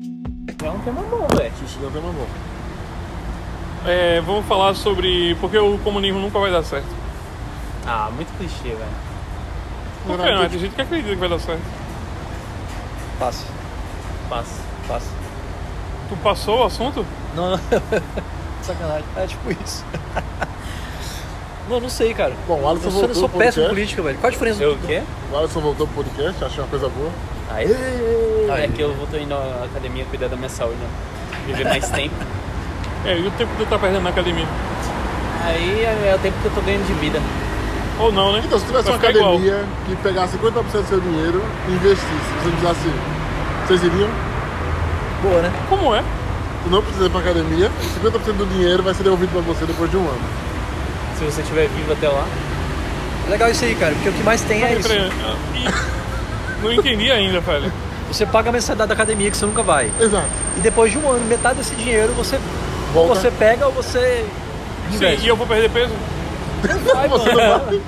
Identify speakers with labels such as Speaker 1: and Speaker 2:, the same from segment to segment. Speaker 1: que é mamão, velho.
Speaker 2: Xixi não tem mamão.
Speaker 3: É, vamos falar sobre por que o comunismo nunca vai dar certo.
Speaker 1: Ah, muito clichê, velho.
Speaker 3: Por que não? Tem gente que acredita que vai dar certo.
Speaker 2: Passa,
Speaker 1: Passa.
Speaker 2: passa.
Speaker 3: Tu passou o assunto?
Speaker 2: Não, não. Sacanagem. É tipo isso. Não, não sei, cara.
Speaker 4: Bom, o Alisson
Speaker 2: Eu sou, eu
Speaker 4: voltou
Speaker 2: sou
Speaker 4: pro
Speaker 2: péssimo em
Speaker 4: podcast.
Speaker 2: política, velho. Qual a diferença?
Speaker 1: Eu o quê?
Speaker 4: O Alisson voltou pro podcast, achei uma coisa boa.
Speaker 1: Aí. É que eu vou tô indo à academia cuidar da minha saúde, né? Viver mais tempo.
Speaker 3: É, e o tempo que tu tá perdendo na academia?
Speaker 1: Aí é o tempo que eu tô ganhando de vida.
Speaker 3: Ou não, né?
Speaker 4: Então, se tivesse
Speaker 3: Vai
Speaker 4: uma
Speaker 3: ficar igual.
Speaker 4: academia que pegasse 50% do seu dinheiro e investisse, você me assim, vocês iriam?
Speaker 2: Boa, né?
Speaker 3: Como é?
Speaker 4: Tu não precisa ir pra academia, 50% do dinheiro vai ser devolvido pra você depois de um ano.
Speaker 1: Se você estiver vivo até lá.
Speaker 2: Legal isso aí, cara. Porque o que mais tem é isso.
Speaker 3: Tre- ah, e- Não entendi ainda, velho.
Speaker 2: Você paga a mensalidade da academia que você nunca vai.
Speaker 4: Exato.
Speaker 2: E depois de um ano, metade desse dinheiro você, ou
Speaker 3: Né?
Speaker 4: Volta.
Speaker 2: você pega ou você
Speaker 3: Sim, e eu vou perder peso?
Speaker 2: vai, mano.
Speaker 4: Você não vai.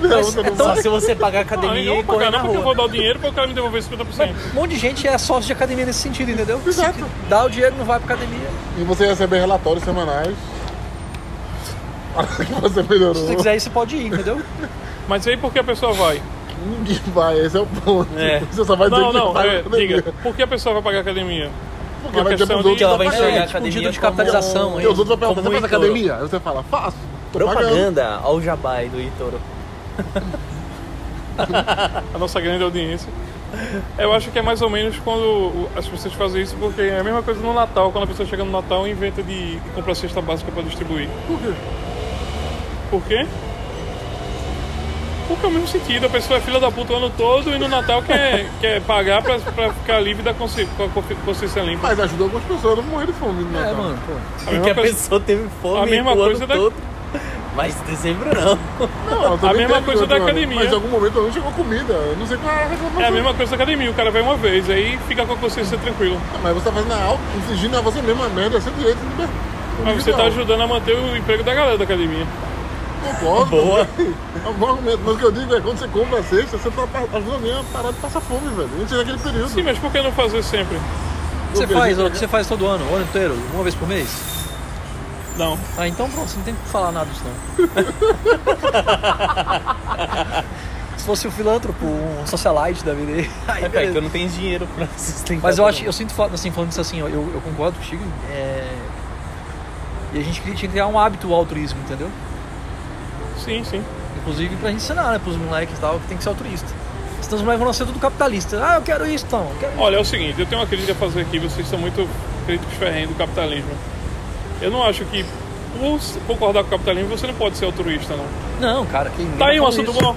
Speaker 4: Não,
Speaker 2: Mas
Speaker 4: você
Speaker 2: é
Speaker 3: então-
Speaker 4: não
Speaker 2: tão-
Speaker 4: vai.
Speaker 1: Só se você pagar a
Speaker 3: Não, eu
Speaker 1: academia
Speaker 3: não
Speaker 1: e
Speaker 3: vou pagar
Speaker 1: correr na
Speaker 3: não, porque eu
Speaker 1: rua.
Speaker 3: vou dar o dinheiro pra o cara me devolver 50%.
Speaker 2: Um monte de gente é sócio de academia nesse sentido, entendeu?
Speaker 4: Exato.
Speaker 2: Dá o dinheiro, não vai pra academia.
Speaker 4: E você recebe relatórios semanais. Para que você melhorou.
Speaker 2: Se você quiser ir, você pode ir, entendeu?
Speaker 3: Mas aí por que a pessoa vai?
Speaker 4: Ninguém vai, esse é o ponto.
Speaker 1: É.
Speaker 4: Você só vai dizer
Speaker 3: Não,
Speaker 4: que
Speaker 3: não,
Speaker 4: vai.
Speaker 3: é,
Speaker 4: na academia.
Speaker 3: diga. Por que a pessoa vai pagar a academia?
Speaker 4: Porque vai dizer
Speaker 3: questão
Speaker 4: pros
Speaker 3: de- que
Speaker 4: outros
Speaker 3: ela
Speaker 4: tá
Speaker 1: vai
Speaker 4: pagando.
Speaker 1: enxergar a
Speaker 2: tipo, um
Speaker 1: academia
Speaker 2: dia de
Speaker 1: como-
Speaker 3: um
Speaker 2: capitalização.
Speaker 4: E os outros vão perguntar, você
Speaker 1: Como
Speaker 4: vai pra
Speaker 1: ídolo.
Speaker 4: academia? Aí você fala, faço. Tô pagando.
Speaker 1: Propaganda ao Jabai do Itoro.
Speaker 3: A nossa grande audiência. Eu acho que é mais ou menos quando o- as pessoas fazem isso, porque é a mesma coisa no Natal, quando a pessoa chega no Natal e inventa de, de comprar cesta básica pra distribuir.
Speaker 4: Por quê?
Speaker 3: Por quê? Porque é o mesmo sentido, a pessoa é filha da puta o ano todo e no Natal quer, quer pagar pra, pra ficar livre da consci- com a consci- consciência limpa.
Speaker 4: Mas ajudou algumas pessoas a não morrer de fome né, no
Speaker 2: É,
Speaker 4: Natal.
Speaker 2: mano, pô.
Speaker 3: A
Speaker 1: E
Speaker 3: mesma
Speaker 1: que a
Speaker 3: coisa-
Speaker 1: pessoa teve fome
Speaker 3: a mesma
Speaker 1: o ano
Speaker 3: coisa da-
Speaker 1: todo. Mas dezembro não.
Speaker 4: Não, eu também
Speaker 3: A mesma
Speaker 4: teve
Speaker 3: coisa
Speaker 4: outro
Speaker 3: da
Speaker 4: ano,
Speaker 3: academia.
Speaker 4: Mas em algum momento não chegou comida. Eu não sei qual era a reclamação.
Speaker 3: É a mesma coisa da academia, o cara vai uma vez, aí fica com a consciência tranquila.
Speaker 4: Ah, Mas você tá fazendo a auto, exigindo a você mesmo a merda, é seu direito de liber-
Speaker 3: Mas você tá
Speaker 4: individual.
Speaker 3: ajudando a manter o emprego da galera da academia.
Speaker 4: Concordo. Boa. É um bom argumento. Mas o que eu digo é quando você compra a cesta, você tá pa- ajudando alguém a parar de passar fome, velho. Antes daquele período.
Speaker 3: Sim, mas por que não fazer sempre?
Speaker 2: Você
Speaker 4: Meu
Speaker 2: faz,
Speaker 4: Deus,
Speaker 2: ó, que você faz todo ano, o ano inteiro, uma vez por mês?
Speaker 3: Não.
Speaker 2: Ah, então pronto, você não tem que falar nada disso não. Se fosse um filântropo, um socialite da vida aí. aí
Speaker 1: É, cara,
Speaker 2: beleza.
Speaker 1: que eu não tenho dinheiro pra sustentar.
Speaker 2: Mas eu
Speaker 1: todo
Speaker 2: acho, eu sinto falta, assim, falando isso assim, ó, eu, eu concordo contigo. É... E a gente tinha que criar um hábito ao altruísmo, entendeu?
Speaker 3: Sim, sim.
Speaker 2: Inclusive pra gente ensinar, né, pros moleques e tal, que tem que ser altruísta. Senão os moleques vão ser tudo capitalista. Ah, eu quero isso então, eu quero isso.
Speaker 3: Olha, é o seguinte, eu tenho uma crítica a fazer aqui, vocês são muito críticos ferrenhos do capitalismo. Eu não acho que, por se- concordar com o capitalismo, você não pode ser altruísta, não.
Speaker 2: Não, cara, quem
Speaker 3: Tá aí um assunto bom.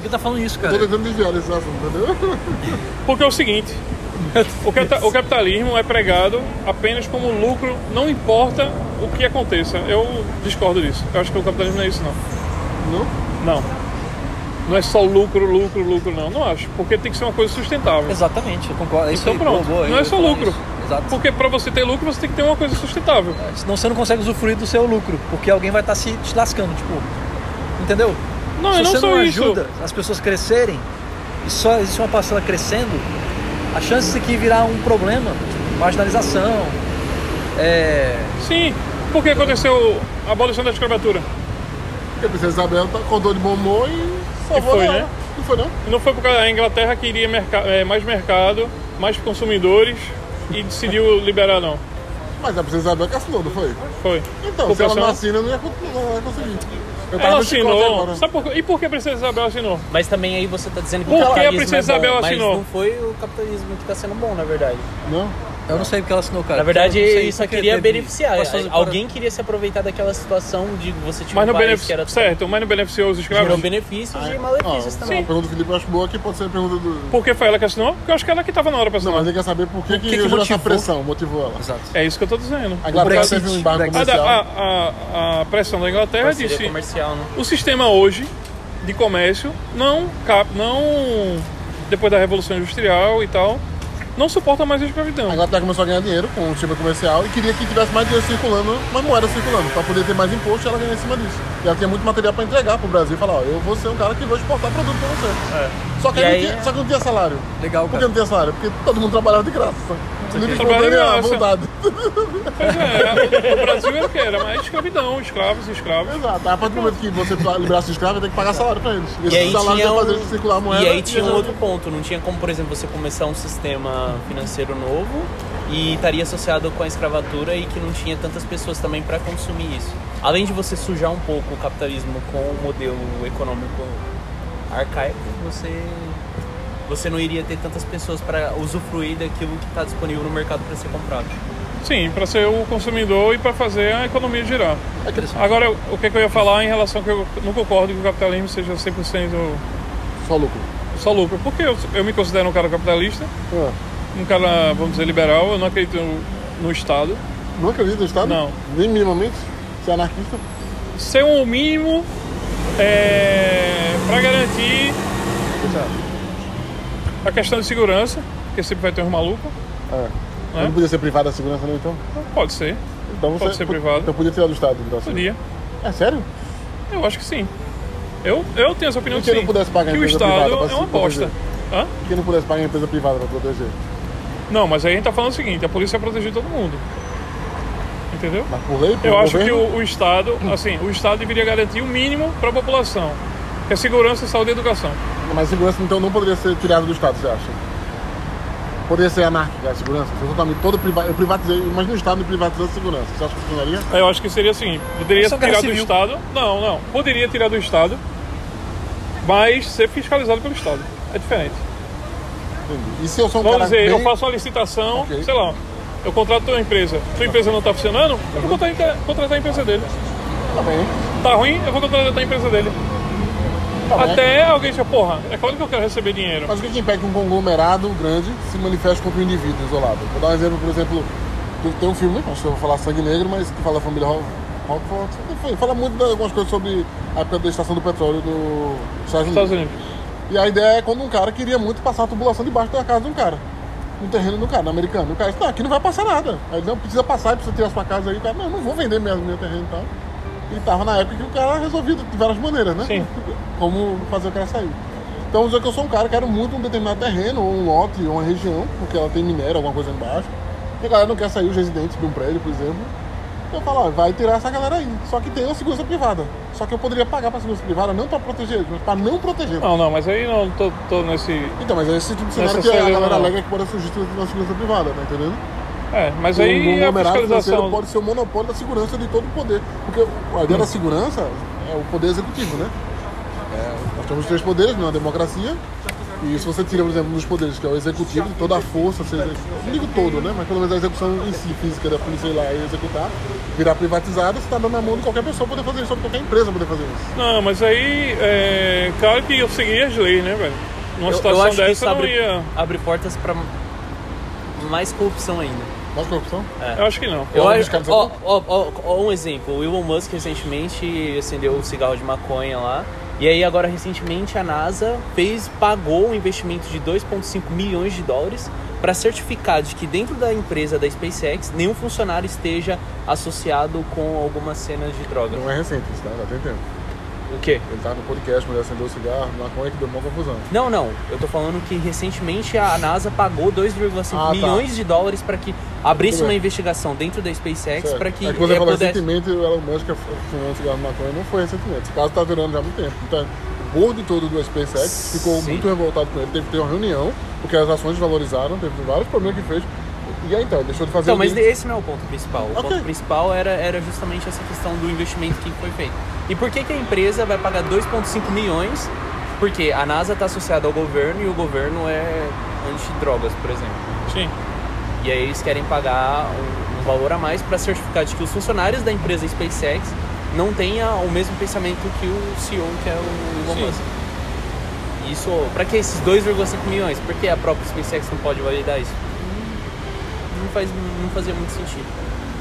Speaker 2: Quem tá falando isso,
Speaker 4: Eu
Speaker 2: cara?
Speaker 4: tô tentando desviar esse assunto, entendeu?
Speaker 3: Porque é o seguinte, o, capta- o capitalismo é pregado apenas como lucro, não importa o que aconteça. Eu discordo disso. Eu acho que o capitalismo não é isso, não.
Speaker 4: Não?
Speaker 3: Não. Não é só lucro, lucro, lucro, não. Não acho. Porque tem que ser uma coisa sustentável.
Speaker 2: Exatamente, eu concordo. É Isso
Speaker 3: Então
Speaker 2: aí,
Speaker 3: pronto,
Speaker 2: boa, boa, eu
Speaker 3: não é
Speaker 2: ia
Speaker 3: só
Speaker 2: falar
Speaker 3: lucro.
Speaker 2: isso. Exato.
Speaker 3: Porque para você ter lucro, você tem que ter uma coisa sustentável.
Speaker 2: Senão você não consegue usufruir do seu lucro, porque alguém vai estar se te lascando, tipo. Entendeu?
Speaker 3: Não,
Speaker 2: Se
Speaker 3: eu não
Speaker 2: você
Speaker 3: sou
Speaker 2: não
Speaker 3: isso.
Speaker 2: ajuda as pessoas crescerem, e só existe uma parcela crescendo, a chance de que virar um problema, tipo, marginalização, é,
Speaker 3: Sim. Por que aconteceu a abolição da escravatura?
Speaker 4: Porque a princesa Isabel tá- acordou de bom humor e salvou
Speaker 3: foi,
Speaker 4: ela.
Speaker 3: né?
Speaker 4: Não foi, não?
Speaker 3: Não foi porque a Inglaterra queria merca- eh, mais mercado, mais consumidores e decidiu liberar, não.
Speaker 4: Mas é a princesa Isabel que assinou, não foi?
Speaker 3: Foi.
Speaker 4: Então,
Speaker 3: Por
Speaker 4: se ela não
Speaker 3: pressão.
Speaker 4: assina, não ia, con- não ia conseguir. Eu
Speaker 3: Ela
Speaker 4: no Chicote
Speaker 3: assinou.
Speaker 4: agora.
Speaker 3: Sabe por... quê? E por que a Princesa Isabel assinou?
Speaker 1: mundo. Mas também aí você tá dizendo que
Speaker 3: Por
Speaker 1: o
Speaker 3: que a
Speaker 1: capitalismo
Speaker 3: Princesa
Speaker 1: é bom,
Speaker 3: Isabel assinou?
Speaker 1: Mas não foi o capitalismo que tá sendo bom, na verdade.
Speaker 4: Não?
Speaker 2: Eu não sei porque ela assinou, cara.
Speaker 1: Na verdade,
Speaker 2: Eu não sei
Speaker 1: ele só
Speaker 2: porque
Speaker 1: queria
Speaker 2: teve-
Speaker 1: beneficiar. É,
Speaker 2: pessoas-
Speaker 1: Alguém queria se aproveitar daquela situação de você tinha
Speaker 3: Mas
Speaker 1: um
Speaker 3: não
Speaker 1: país que
Speaker 3: beneficiou.
Speaker 1: era... um
Speaker 3: Certo, mas não beneficiou os
Speaker 1: Gerou
Speaker 3: escravos.
Speaker 1: benefícios
Speaker 4: Ah,
Speaker 1: e
Speaker 4: é.
Speaker 1: malefícios
Speaker 4: Ó,
Speaker 1: também.
Speaker 4: A pergunta do Felipe eu acho boa que pode ser a pergunta do.
Speaker 3: Por que foi ela que assinou? Porque eu acho que ela que estava na hora pra
Speaker 4: Não,
Speaker 3: assinar.
Speaker 4: mas ele quer saber por que,
Speaker 2: que
Speaker 4: que,
Speaker 2: que
Speaker 4: gerou essa
Speaker 2: motivou?
Speaker 4: pressão, motivou ela.
Speaker 2: Exato.
Speaker 3: É isso que eu tô dizendo.
Speaker 4: A Inglaterra
Speaker 2: Brexit,
Speaker 4: teve um embargo
Speaker 3: A,
Speaker 2: Brexit.
Speaker 4: comercial.
Speaker 3: da- a- a- a pressão da Inglaterra
Speaker 1: Parceria
Speaker 3: disse...
Speaker 1: comercial, né?
Speaker 3: O sistema hoje de comércio não cap, não depois da revolução industrial e tal, não suporta mais a escravidão.
Speaker 4: A Inglaterra começou a ganhar dinheiro com o tipo comercial e queria que tivesse mais dinheiro circulando, mais moeda circulando, para poder ter mais imposto e ela ganhar em cima disso. E ela tinha muito material para entregar pro Brasil e falar, ó, eu vou ser um cara que vou exportar produto para você.
Speaker 3: É.
Speaker 4: Só, que
Speaker 2: E
Speaker 4: aí não
Speaker 2: aí-
Speaker 4: tinha, só que não tinha salário.
Speaker 2: Legal,
Speaker 4: Por que
Speaker 2: cara.
Speaker 4: não tinha salário? Porque todo mundo trabalhava de graça. O único
Speaker 3: Trabalhava de
Speaker 4: problema era a
Speaker 3: graça.
Speaker 4: vontade.
Speaker 3: Pois é, o Brasil era o que? Era mais escravidão, escravos e escravos.
Speaker 4: Exato. A partir do momento que você liberasse os escravos, ia ter que pagar salário para eles. E
Speaker 1: E aí,
Speaker 4: esse salário
Speaker 1: tinha
Speaker 4: ia fazer
Speaker 1: um-
Speaker 4: eles circular a moeda.
Speaker 1: e aí tinha um
Speaker 4: ia-
Speaker 1: outro ponto, não tinha como, por exemplo, você começar um sistema financeiro novo e estaria associado com a escravatura e que não tinha tantas pessoas também para consumir isso. Além de você sujar um pouco o capitalismo com o modelo econômico arcaico, você você não iria ter tantas pessoas para usufruir daquilo que está disponível no mercado para ser comprado.
Speaker 3: Sim, para ser o consumidor e para fazer a economia girar.
Speaker 2: Interessante.
Speaker 3: Agora, o que, é que eu ia falar em relação que eu não concordo que o capitalismo seja 100%
Speaker 4: Só lucro.
Speaker 3: só lucro, porque eu, eu me considero um cara capitalista,
Speaker 4: É.
Speaker 3: um cara, vamos dizer, liberal, eu não acredito no, no Estado.
Speaker 4: Não acredita no Estado?
Speaker 3: Não.
Speaker 4: Nem minimamente? Você é anarquista?
Speaker 3: Ser um mínimo é, para garantir a questão de segurança, porque sempre vai ter uns malucos,
Speaker 4: É.
Speaker 3: É.
Speaker 4: Não podia ser privado a segurança, não, então?
Speaker 3: pode ser,
Speaker 4: Então você
Speaker 3: Pode ser privado.
Speaker 4: Então podia tirar do Estado, então. assim.
Speaker 3: podia.
Speaker 4: É sério?
Speaker 3: Eu acho que sim. Eu, eu tenho essa opinião
Speaker 4: E
Speaker 3: que
Speaker 4: quem
Speaker 3: sim.
Speaker 4: não pudesse pagar a
Speaker 3: que o
Speaker 4: empresa
Speaker 3: Estado
Speaker 4: privada pra
Speaker 3: é uma
Speaker 4: se proteger?
Speaker 3: bosta. Hã?
Speaker 4: Quem não pudesse pagar a empresa privada para proteger.
Speaker 3: Não, mas aí a gente tá falando o seguinte, a polícia proteger todo mundo. Entendeu?
Speaker 4: Mas por lei, por
Speaker 3: Eu acho que
Speaker 4: governo,
Speaker 3: o, o Estado, assim, o Estado deveria garantir o mínimo para a população. Que é segurança, saúde e educação.
Speaker 4: Mas segurança, então, não poderia ser tirada do Estado, você acha? Poderia ser anárquica a segurança? Você totalmente todo priva... Eu privatizei, imagina o Estado privatizando a segurança. Você acha que funcionaria?
Speaker 3: Aí Eu acho que seria assim, poderia
Speaker 2: Mas só guerra
Speaker 3: tirar do
Speaker 2: civil.
Speaker 3: Estado. Não, não. Poderia tirar do Estado, mas ser fiscalizado pelo Estado. É diferente.
Speaker 4: Entendi. E se eu sou um
Speaker 3: Vamos
Speaker 4: cara
Speaker 3: dizer, eu
Speaker 4: bem-
Speaker 3: faço uma licitação,
Speaker 4: Ok.
Speaker 3: sei lá, eu contrato tua empresa. Tua empresa não tá funcionando, eu
Speaker 4: Uhum.
Speaker 3: vou contratar, contratar a empresa dele.
Speaker 4: Tá bem,
Speaker 3: Tá ruim, eu vou contratar a empresa dele.
Speaker 4: tá bem.
Speaker 3: Até alguém dizer, porra, é claro que eu quero receber dinheiro.
Speaker 4: Mas o que, que impede que um conglomerado grande se manifeste contra um indivíduo isolado? Vou dar um exemplo, por exemplo, tem- tem um filme, não sei se eu vou falar Sangue Negro, mas que fala a família Rock- Rockford, enfim, fala muito de algumas coisas sobre a época da estação do petróleo do Estados Unidos.
Speaker 3: Estados Unidos.
Speaker 4: E a ideia é quando um cara queria muito passar a tubulação debaixo da casa de um cara. No terreno do cara, no americano. O cara disse, não, aqui não vai passar nada. Aí ele, não, precisa passar, precisa tirar sua casa aí. O cara, não, não vou vender mesmo meu terreno e tal. E tava na época que o cara resolvia de várias maneiras, né?
Speaker 3: Sim.
Speaker 4: Como fazer o cara sair. Então, vamos dizer que eu sou um cara que quero muito um determinado terreno, ou um lote, ou uma região, porque ela tem minério, alguma coisa embaixo. E a galera não quer sair, os residentes de um prédio, por exemplo. Eu falo, ó, vai tirar essa galera aí. Só que tem uma segurança privada. Só que eu poderia pagar pra segurança privada, não pra proteger eles, mas pra não proteger.
Speaker 3: Não, não, mas aí não tô, tô nesse.
Speaker 4: Então, mas é esse tipo de cenário
Speaker 3: Essa
Speaker 4: que a
Speaker 3: seria
Speaker 4: galera
Speaker 3: uma-
Speaker 4: alega que pode surgir na segurança privada, tá entendendo?
Speaker 3: É, mas
Speaker 4: um
Speaker 3: aí a
Speaker 4: conglomerado financeiro
Speaker 3: fiscalização.
Speaker 4: pode ser o monopólio da segurança de todo o poder. Porque a ideia da segurança é o poder executivo, né? É, nós temos três poderes numa democracia. E se você tira, por exemplo, um dos poderes, que é o executivo, toda a força, você execu- não digo todo, né? Mas pelo menos a execução em si, física da polícia ir lá e executar, virar privatizada, você está dando na mão de qualquer pessoa poder fazer isso, ou de qualquer empresa poder fazer isso.
Speaker 3: Não, mas aí, é, claro que eu seguiria as leis, né, velho? Numa situação dessa, eu não
Speaker 1: abre,
Speaker 3: ia.
Speaker 1: abre portas para mais corrupção ainda.
Speaker 4: Mais corrupção?
Speaker 3: Eu acho que não.
Speaker 1: Eu
Speaker 4: Vamos
Speaker 1: acho.
Speaker 4: buscar no
Speaker 1: Ó,
Speaker 4: sabor?
Speaker 1: ó, ó, ó, um exemplo. O Elon Musk recentemente acendeu o cigarro de maconha lá. E aí agora recentemente a NASA fez pagou um investimento de 2.5 milhões de dólares para certificar de que dentro da empresa da SpaceX nenhum funcionário esteja associado com algumas cenas de droga.
Speaker 4: Não é recente isso, tá? Já tem tempo.
Speaker 1: O quê?
Speaker 4: Ele tava no podcast, mulher acendeu o cigarro, maconha que deu uma confusão.
Speaker 1: Não, não. Eu tô falando que recentemente a NASA pagou 2,5
Speaker 4: Ah, tá.
Speaker 1: milhões de dólares para que abrisse
Speaker 4: Tudo
Speaker 1: uma
Speaker 4: bem.
Speaker 1: investigação dentro da SpaceX
Speaker 4: Certo.
Speaker 1: para que
Speaker 4: é que você
Speaker 1: eh,
Speaker 4: falou
Speaker 1: pudesse
Speaker 4: recentemente, o Elon Musk fumou um cigarro de maconha, não foi recentemente. Esse caso tá durando já há muito tempo. Então, o board todo do SpaceX ficou
Speaker 1: Sim.
Speaker 4: muito revoltado com ele. Teve que ter uma reunião, porque as ações valorizaram, teve vários problemas que fez. E aí então, ele deixou de fazer
Speaker 1: Então,
Speaker 4: o
Speaker 1: mas
Speaker 4: dele.
Speaker 1: esse não é o ponto principal. O
Speaker 4: Ok.
Speaker 1: ponto principal era, era justamente essa questão do investimento que foi feito. E por que, que a empresa vai pagar 2,5 milhões? Porque a NASA está associada ao governo e o governo é anti-drogas, por exemplo.
Speaker 3: Sim.
Speaker 1: E aí eles querem pagar um, um valor a mais para certificar de que os funcionários da empresa SpaceX não tenham o mesmo pensamento que o CEO, que é o Elon
Speaker 3: Sim.
Speaker 1: Musk. Isso, para que esses 2,5 milhões? Por que a própria SpaceX não pode validar isso? Não, faz, não fazia muito sentido.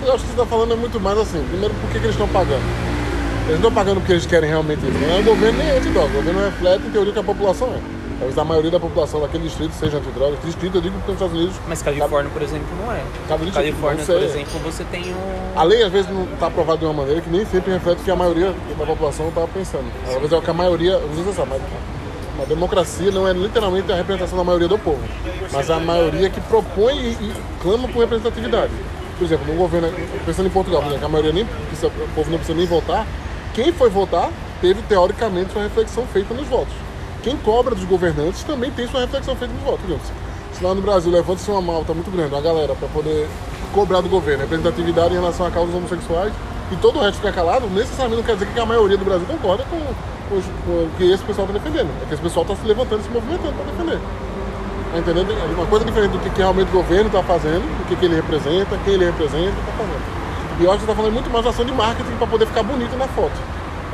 Speaker 4: Eu acho que você tá falando é muito mais assim. Primeiro, por que, que eles estão pagando? né? Eles não estão pagando porque eles querem realmente isso. Não é o governo nem é antidroga. O governo reflete, em teoria, o que a população é. Talvez a maioria da população daquele distrito seja antidrogas. Distrito, eu digo porque nos Estados Unidos.
Speaker 1: Mas Califórnia, por exemplo, não é.
Speaker 4: Cabe disso,
Speaker 1: Califórnia,
Speaker 4: não sei. Ah.
Speaker 1: por exemplo, você tem um.
Speaker 4: A lei às vezes não está aprovada de uma maneira que nem sempre reflete o que a maioria da população está pensando. Às vezes é o que a maioria. Às vezes é só, mas uma democracia não é literalmente a representação da maioria do povo, mas a maioria que propõe e, e clama por representatividade. Por exemplo, no governo, pensando em Portugal, por exemplo, que a maioria nem, precisa- o povo não precisa nem votar, quem foi votar teve teoricamente sua reflexão feita nos votos. Quem cobra dos governantes também tem sua reflexão feita nos votos. Por exemplo, se- se lá no Brasil levanta-se uma malta muito grande, uma galera, para poder cobrar do governo representatividade em relação a causas homossexuais e todo o resto fica calado, necessariamente não quer dizer que a maioria do Brasil concorda com, com os- com o que esse pessoal está defendendo. É que esse pessoal está se levantando e se movimentando para defender. Tá entendendo? É uma coisa diferente do que, que realmente o governo está fazendo, do que, que ele representa, quem ele representa, está fazendo. E eu acho que está falando muito mais de ação de marketing para poder ficar bonito na foto.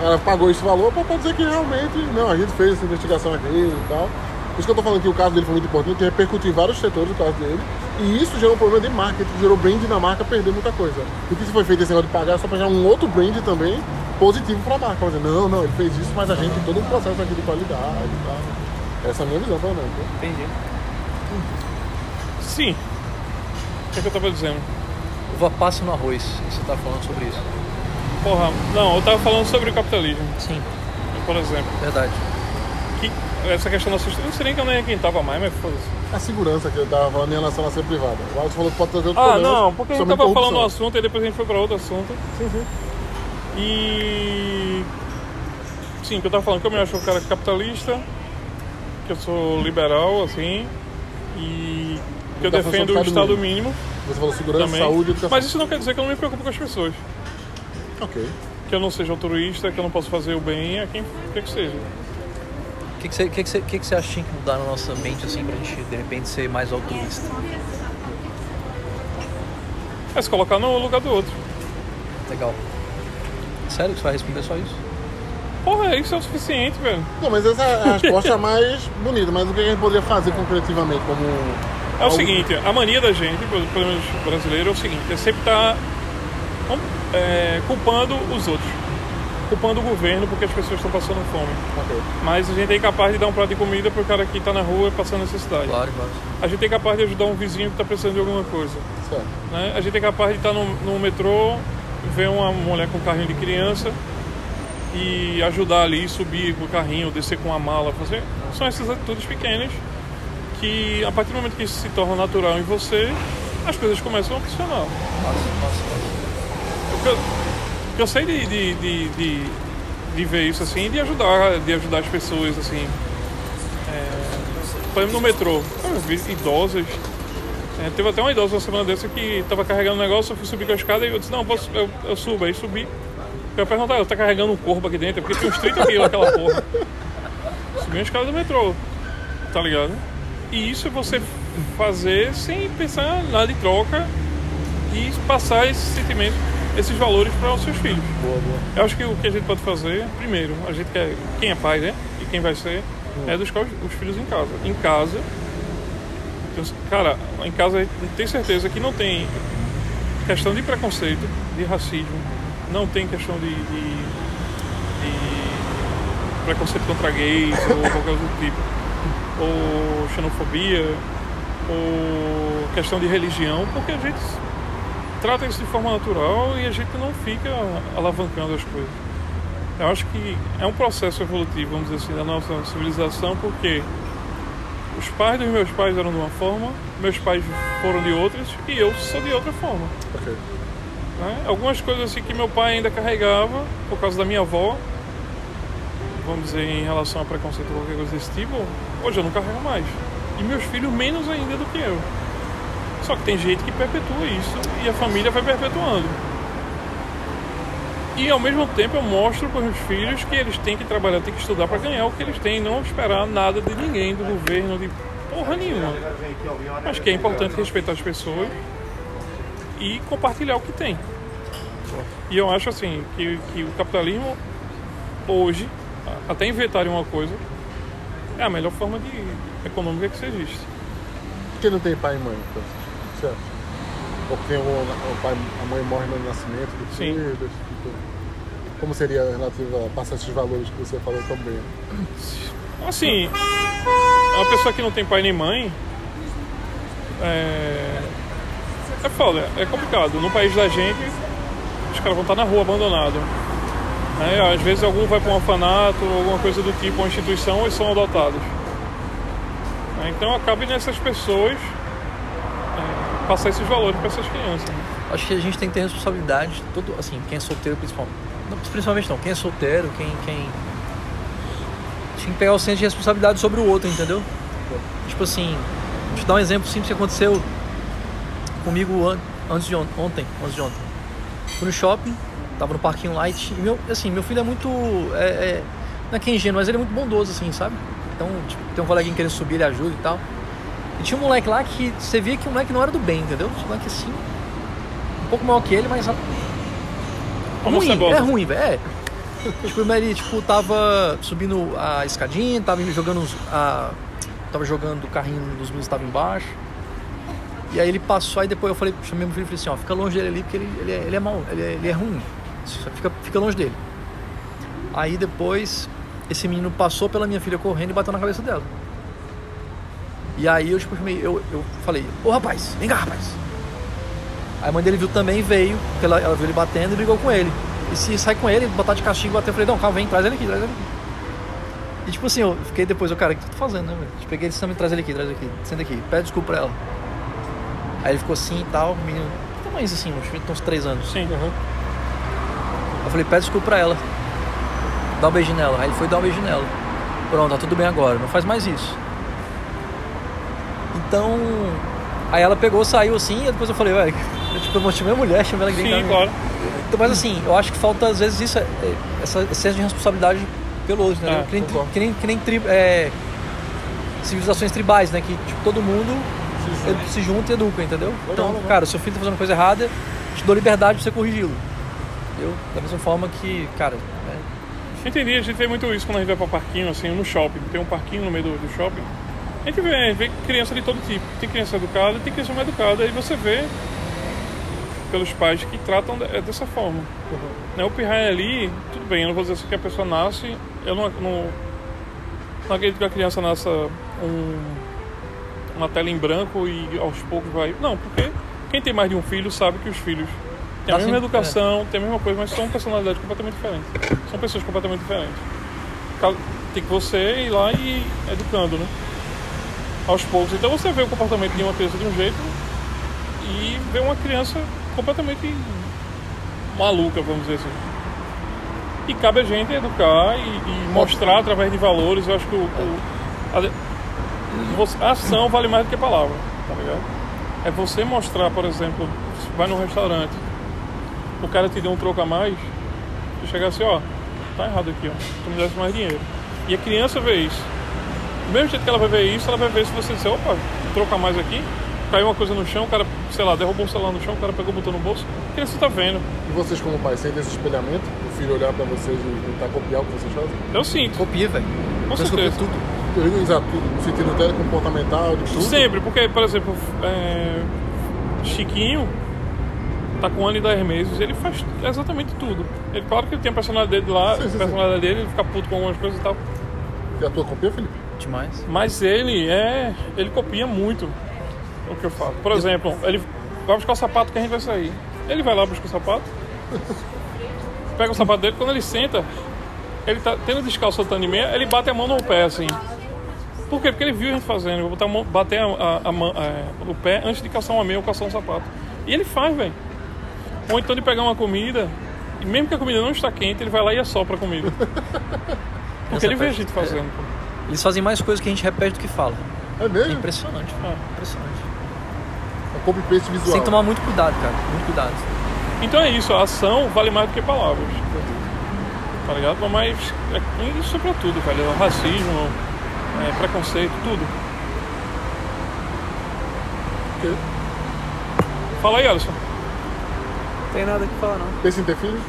Speaker 4: Ela pagou esse valor para dizer que realmente, não, a gente fez essa investigação aqui e tal. Por isso que eu estou falando que o caso dele foi muito importante, que repercutiu em vários setores o caso dele. E isso gerou um problema de marketing, gerou brand na marca perder muita coisa. E o que se foi feito esse negócio de pagar só para gerar um outro brand também positivo para a marca. Pra Dizer, não, não, ele fez isso, mas a gente tem todo um processo aqui de qualidade e tal. Essa é a minha visão, pelo menos. né?
Speaker 1: Entendi.
Speaker 3: Sim. O que, é que eu tava dizendo?
Speaker 2: Uva passa no arroz. Você tá falando sobre isso.
Speaker 3: Porra, não, eu tava falando sobre o capitalismo,
Speaker 2: Sim.
Speaker 3: por exemplo.
Speaker 2: Verdade.
Speaker 3: Que essa questão da sustentabilidade. Não sei nem que eu nem quem tava mais, mas foda-se.
Speaker 4: A segurança que eu tava falando em relação à ser privada. O Alex falou que pode trazer outro
Speaker 3: Ah,
Speaker 4: problema.
Speaker 3: não, porque a gente
Speaker 4: principalmente
Speaker 3: tava falando um
Speaker 4: corrupção.
Speaker 3: assunto e depois a gente foi pra outro assunto. Uhum. E. Sim, que eu tava falando que eu me acho um cara capitalista, que eu sou liberal, assim, e que eu
Speaker 4: Tá falando
Speaker 3: defendo
Speaker 4: sobre
Speaker 3: o
Speaker 4: o Estado
Speaker 3: Estado
Speaker 4: mínimo.
Speaker 3: mínimo
Speaker 4: Você falou segurança,
Speaker 3: também.
Speaker 4: saúde, educação.
Speaker 3: Mas isso não quer dizer que eu não me preocupo com as pessoas.
Speaker 4: Ok.
Speaker 3: Que eu não seja altruísta, que eu não posso fazer o bem a quem quer que seja.
Speaker 2: O que, que, você, que, que, você, que, que você acha que tinha que mudar na nossa mente assim pra gente de repente ser mais altruísta?
Speaker 3: É se colocar no lugar do outro.
Speaker 2: Legal. Sério que você vai responder só isso?
Speaker 3: Porra, isso é o suficiente, velho.
Speaker 4: Não, mas essa é a resposta mais bonita. Mas o que a gente poderia fazer concretivamente como... um-
Speaker 3: É o
Speaker 4: Algo-
Speaker 3: seguinte, a mania da gente, pelo pelo menos brasileiro, é o seguinte, é sempre estar culpando os outros. Culpando o governo porque as pessoas estão passando fome.
Speaker 4: Ok.
Speaker 3: Mas a gente é incapaz de dar um prato de comida pro cara que está na rua passando necessidade.
Speaker 2: Claro, claro.
Speaker 3: A gente é incapaz de ajudar um vizinho que está precisando de alguma coisa.
Speaker 4: Certo.
Speaker 3: né? A gente é capaz de estar no, no metrô, ver uma mulher com um carrinho de criança e ajudar ali, subir com o carrinho, descer com a mala, fazer. São essas atitudes pequenas que, a partir do momento que isso se torna natural em você, as coisas começam a funcionar.
Speaker 2: Passa, passa,
Speaker 3: Eu can- Cansei de, de, de, de, de ver isso assim, de ajudar, de ajudar as pessoas assim. É, por exemplo, no metrô, eu vi idosas. É, teve até uma idosa uma semana dessa que estava carregando um negócio, eu fui subir com a escada e eu disse, não, posso, eu, eu subo, aí subi. Eu ia perguntar, ela tá carregando um corpo aqui dentro, porque tinha uns 30 quilos aquela porra. Subi a escada do metrô, tá ligado? E isso é você fazer sem pensar nada em troca e passar esse sentimento, esses valores para os seus filhos.
Speaker 4: Boa, boa.
Speaker 3: Eu acho que o que a gente pode fazer, primeiro, a gente quer, quem é pai, né? E quem vai ser, é educar os, os filhos em casa. Em casa, então, cara, em casa a gente tem certeza que não tem questão de preconceito, de racismo, não tem questão de, de- de preconceito contra gays ou qualquer outro tipo, ou xenofobia, ou questão de religião, porque a gente trata isso de forma natural e a gente não fica alavancando as coisas. Eu acho que é um processo evolutivo, vamos dizer assim, da nossa civilização, porque os pais dos meus pais eram de uma forma, meus pais foram de outras e eu sou de outra forma.
Speaker 4: Ok.
Speaker 3: né? Algumas coisas assim que meu pai ainda carregava por causa da minha avó, vamos dizer, em relação a preconceito ou qualquer coisa desse tipo, hoje eu não carrego mais. E meus filhos menos ainda do que eu. Só que tem gente que perpetua isso e a família vai perpetuando. E ao mesmo tempo eu mostro para os filhos que eles têm que trabalhar, têm que estudar para ganhar o que eles têm, não esperar nada de ninguém, do governo, de porra nenhuma. Acho que é importante respeitar as pessoas e compartilhar o que tem. E eu acho assim que, que o capitalismo hoje, a- até inventarem uma coisa, é a melhor forma de econômica que isso existe.
Speaker 4: Quem não tem pai e mãe, então? Você acha? Ou que tem algum, o pai, a mãe morre no nascimento do
Speaker 3: Sim.
Speaker 4: filho, desse tipo. Como seria relativo a passar esses valores que você falou também?
Speaker 3: Assim, uma pessoa que não tem pai nem mãe é, é foda, é complicado. No país da gente, os caras vão estar na rua abandonado. Né? Às vezes algum vai para um orfanato, alguma coisa do tipo, uma instituição, e são adotados. Né? Então acaba nessas pessoas é, passar esses valores para essas crianças. né?
Speaker 2: Acho que a gente tem que ter responsabilidade, todo, assim, quem é solteiro principalmente. Não, principalmente não, quem é solteiro, quem. quem... A gente tem que pegar o senso de responsabilidade sobre o outro, entendeu? Tipo assim, vou te dar um exemplo simples que aconteceu comigo an- antes de on- ontem, antes de ontem. Fui no shopping, tava no parquinho light, e meu, assim, meu filho é muito. É, é, não é que é ingênuo, mas ele é muito bondoso, assim, sabe? Então, tipo, tem um coleguinha querendo subir, ele ajuda e tal. E tinha um moleque lá que você via que o moleque não era do bem, entendeu? Tinha um moleque assim, um pouco maior que ele, mas é
Speaker 3: Almoço é
Speaker 2: ruim,
Speaker 3: bom.
Speaker 2: é ruim, velho. É. tipo, mas ele tipo, tava subindo a escadinha, tava jogando os- a. Tava jogando o carrinho dos meninos que tava embaixo. E aí ele passou, aí depois eu falei, chamei meu filho e falei assim, ó, fica longe dele ali, porque ele, ele, é, ele é mau, ele é, ele é ruim. Só Fica, fica longe dele. Aí depois, esse menino passou pela minha filha correndo e bateu na cabeça dela. E aí eu tipo, chamei, eu, eu falei, ô rapaz, vem cá, rapaz. Aí a mãe dele viu também e veio, porque ela, ela viu ele batendo e brigou com ele. E se sai com ele, botar de castigo, bater, eu falei, não, calma, vem, traz ele aqui, traz ele aqui. E tipo assim, eu fiquei depois, eu, cara, o que tu tá fazendo, né, velho? Peguei ele também, traz ele aqui, traz ele aqui, senta aqui, pede desculpa pra ela. Aí ele ficou assim e tal, o menino, que tamanho é esse, assim, uns, uns três anos.
Speaker 3: Sim,
Speaker 2: Eu falei, pede desculpa pra ela. Dá um beijo nela. Aí ele foi dar um beijo nela. Pronto, tá tudo bem agora. Não faz mais isso. Então. Aí ela pegou, saiu assim, e depois eu falei, velho, eu, tipo, eu motivei a mulher, chamei ela que vem cá.
Speaker 3: sim, claro.
Speaker 2: Então, mas assim, eu acho que falta às vezes isso, é, é, essa excesso de responsabilidade pelo outro, né?
Speaker 3: É,
Speaker 2: que nem, tri-
Speaker 3: concordo.
Speaker 2: que nem, que nem tri- é, civilizações tribais, né? Que tipo, todo mundo edu- se junta e educa, entendeu? então,
Speaker 4: legal.
Speaker 2: cara, seu filho tá fazendo coisa errada, te dou liberdade pra você corrigi-lo. Entendeu? Da mesma forma que, cara, é,
Speaker 3: Entendi, a gente vê muito isso quando a gente vai pra parquinho, assim, no shopping. Tem um parquinho no meio do, do shopping. A gente vê, a gente vê criança de todo tipo. Tem criança educada, tem criança não educada. E você vê pelos pais que tratam de- é dessa forma. Né, o pirraia ali, tudo bem, eu não vou dizer assim que a pessoa nasce. Eu não, não, não acredito que a criança nasça um, uma tela em branco e aos poucos vai. Não, porque quem tem mais de um filho sabe que os filhos têm a
Speaker 2: Tá
Speaker 3: mesma
Speaker 2: sempre-
Speaker 3: educação são, tem a mesma coisa, mas são personalidades completamente diferentes. São pessoas completamente diferentes. Ca- Tem que você ir lá e ir educando, né? Aos poucos. Então você vê o comportamento de uma criança de um jeito e vê uma criança completamente maluca, vamos dizer assim. E cabe a gente educar e, e mostrar através de valores. Eu acho que o, o- a, você- a ação vale mais do que a palavra, tá ligado? É você mostrar, por exemplo, você vai num restaurante, o cara te deu um troco a mais, você chegar assim, ó, tá errado aqui, ó, tu me desse mais dinheiro. E a criança vê isso. Do mesmo jeito que ela vai ver isso, ela vai ver se você disser, opa, troca mais aqui, caiu uma coisa no chão, o cara, sei lá, derrubou o celular no chão, o cara pegou, botou no bolso, a criança tá vendo.
Speaker 4: E vocês, como pais, sentem esse espelhamento? O filho olhar pra vocês e tentar copiar o que vocês fazem?
Speaker 3: Eu sinto,
Speaker 2: copia, velho.
Speaker 3: com
Speaker 4: Vocês copiam
Speaker 3: certeza.
Speaker 4: tudo. Eu digo, exato, tudo. No sentido até comportamental, de tudo.
Speaker 3: Sempre, porque, por exemplo, é, Chiquinho tá com um ano e dez meses, ele faz exatamente tudo. Ele, claro que ele tem a personalidade dele lá,
Speaker 4: Sim, sim, sim.
Speaker 3: personalidade dele, ele fica puto com algumas coisas e tal.
Speaker 4: E a tua copia, Felipe?
Speaker 2: Demais.
Speaker 3: Mas ele é. ele copia muito o que eu falo. Por exemplo, ele vai buscar o sapato que a gente vai sair. Ele vai lá buscar o sapato, pega o sapato dele, quando ele senta, ele tá tendo descalço soltando de meia, ele bate a mão no pé assim. Por quê? Porque ele viu a gente fazendo. Eu vou botar a mão, bater a, a- a mão, é, o pé antes de calçar uma meia ou calçar um sapato. E ele faz, velho. Ou então de pegar uma comida, e mesmo que a comida não está quente, ele vai lá e assopra a comida. Porque ele vê a gente fazendo. pô.
Speaker 2: Eles fazem mais coisas que a gente repete do que fala.
Speaker 1: Hum,
Speaker 4: É
Speaker 2: É
Speaker 4: mesmo?
Speaker 2: impressionante,
Speaker 3: Ah.
Speaker 2: impressionante.
Speaker 4: É copy-paste
Speaker 2: Você
Speaker 4: visual.
Speaker 2: tem que tomar muito cuidado, cara. Muito cuidado.
Speaker 3: Então é isso, a ação vale mais do que palavras. Tá ligado? Mas é isso é pra tudo, velho. Racismo, é, preconceito, tudo.
Speaker 4: Ok.
Speaker 3: Fala aí, Alisson.
Speaker 1: Não tem nada que falar, não.
Speaker 4: Pensa em ter filho?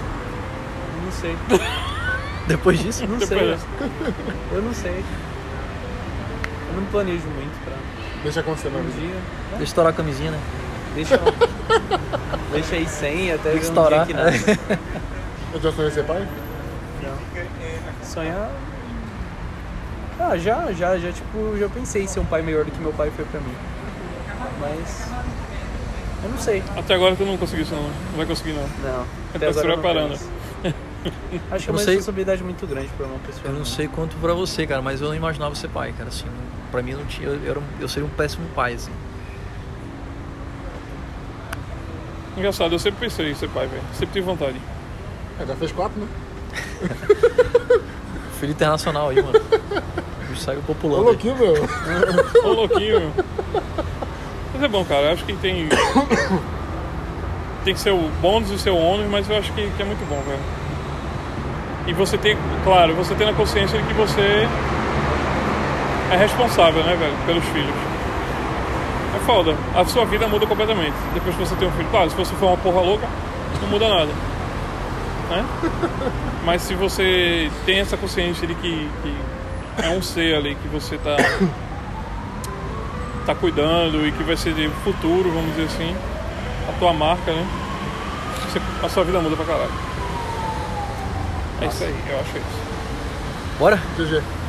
Speaker 1: Não sei.
Speaker 2: Depois disso,
Speaker 1: Não
Speaker 3: Depois
Speaker 1: sei.
Speaker 3: dessa.
Speaker 1: Eu não sei. Eu não planejo muito pra
Speaker 4: Deixa acontecer na
Speaker 1: um
Speaker 4: vida.
Speaker 1: dia.
Speaker 2: deixa eu estourar a camisinha, né?
Speaker 1: Deixa, deixa aí 100 até ver um
Speaker 2: Estourar.
Speaker 1: dia que nada.
Speaker 4: É, Eu já sonhei ser pai?
Speaker 1: Sonhar. Ah, já, já, já, tipo, já pensei em ser um pai melhor do que meu pai foi pra mim. Mas. Eu não sei.
Speaker 3: Até agora tu não conseguiu isso, não. Não vai conseguir, não.
Speaker 1: Não.
Speaker 3: Tá se
Speaker 1: eu não
Speaker 3: preparando.
Speaker 1: fiz. Acho que é
Speaker 2: Eu
Speaker 1: uma
Speaker 2: sei-
Speaker 1: responsabilidade muito grande pra uma pessoa.
Speaker 2: Eu não sei quanto pra você, cara, mas eu não imaginava ser pai, cara. Assim, não- pra mim não tinha. Eu, eu, era um- eu seria um péssimo pai, assim.
Speaker 3: Engraçado, eu sempre pensei em ser pai, velho. Sempre tive vontade.
Speaker 4: É, já fez quatro, né?
Speaker 2: Filho internacional aí, mano. O bicho saiu
Speaker 4: Ô,
Speaker 2: populando. aí.
Speaker 4: louquinho, meu.
Speaker 3: Ô, louquinho, meu. Mas é bom, cara. Eu acho que tem. Tem que ser o bônus e o seu ônus, mas eu acho que, que é muito bom, velho. E você tem, claro, você tem na consciência de que você é responsável, né, velho, pelos filhos. É foda. A sua vida muda completamente. Depois que você tem um filho. Claro, se você for uma porra louca, não muda nada. Né? Mas se você tem essa consciência de que, que é um ser ali que você tá tá cuidando e que vai ser de futuro, vamos dizer assim, a tua marca, né? Você- a sua vida muda pra caralho. É isso aí, eu acho isso.
Speaker 2: Bora?
Speaker 4: GG.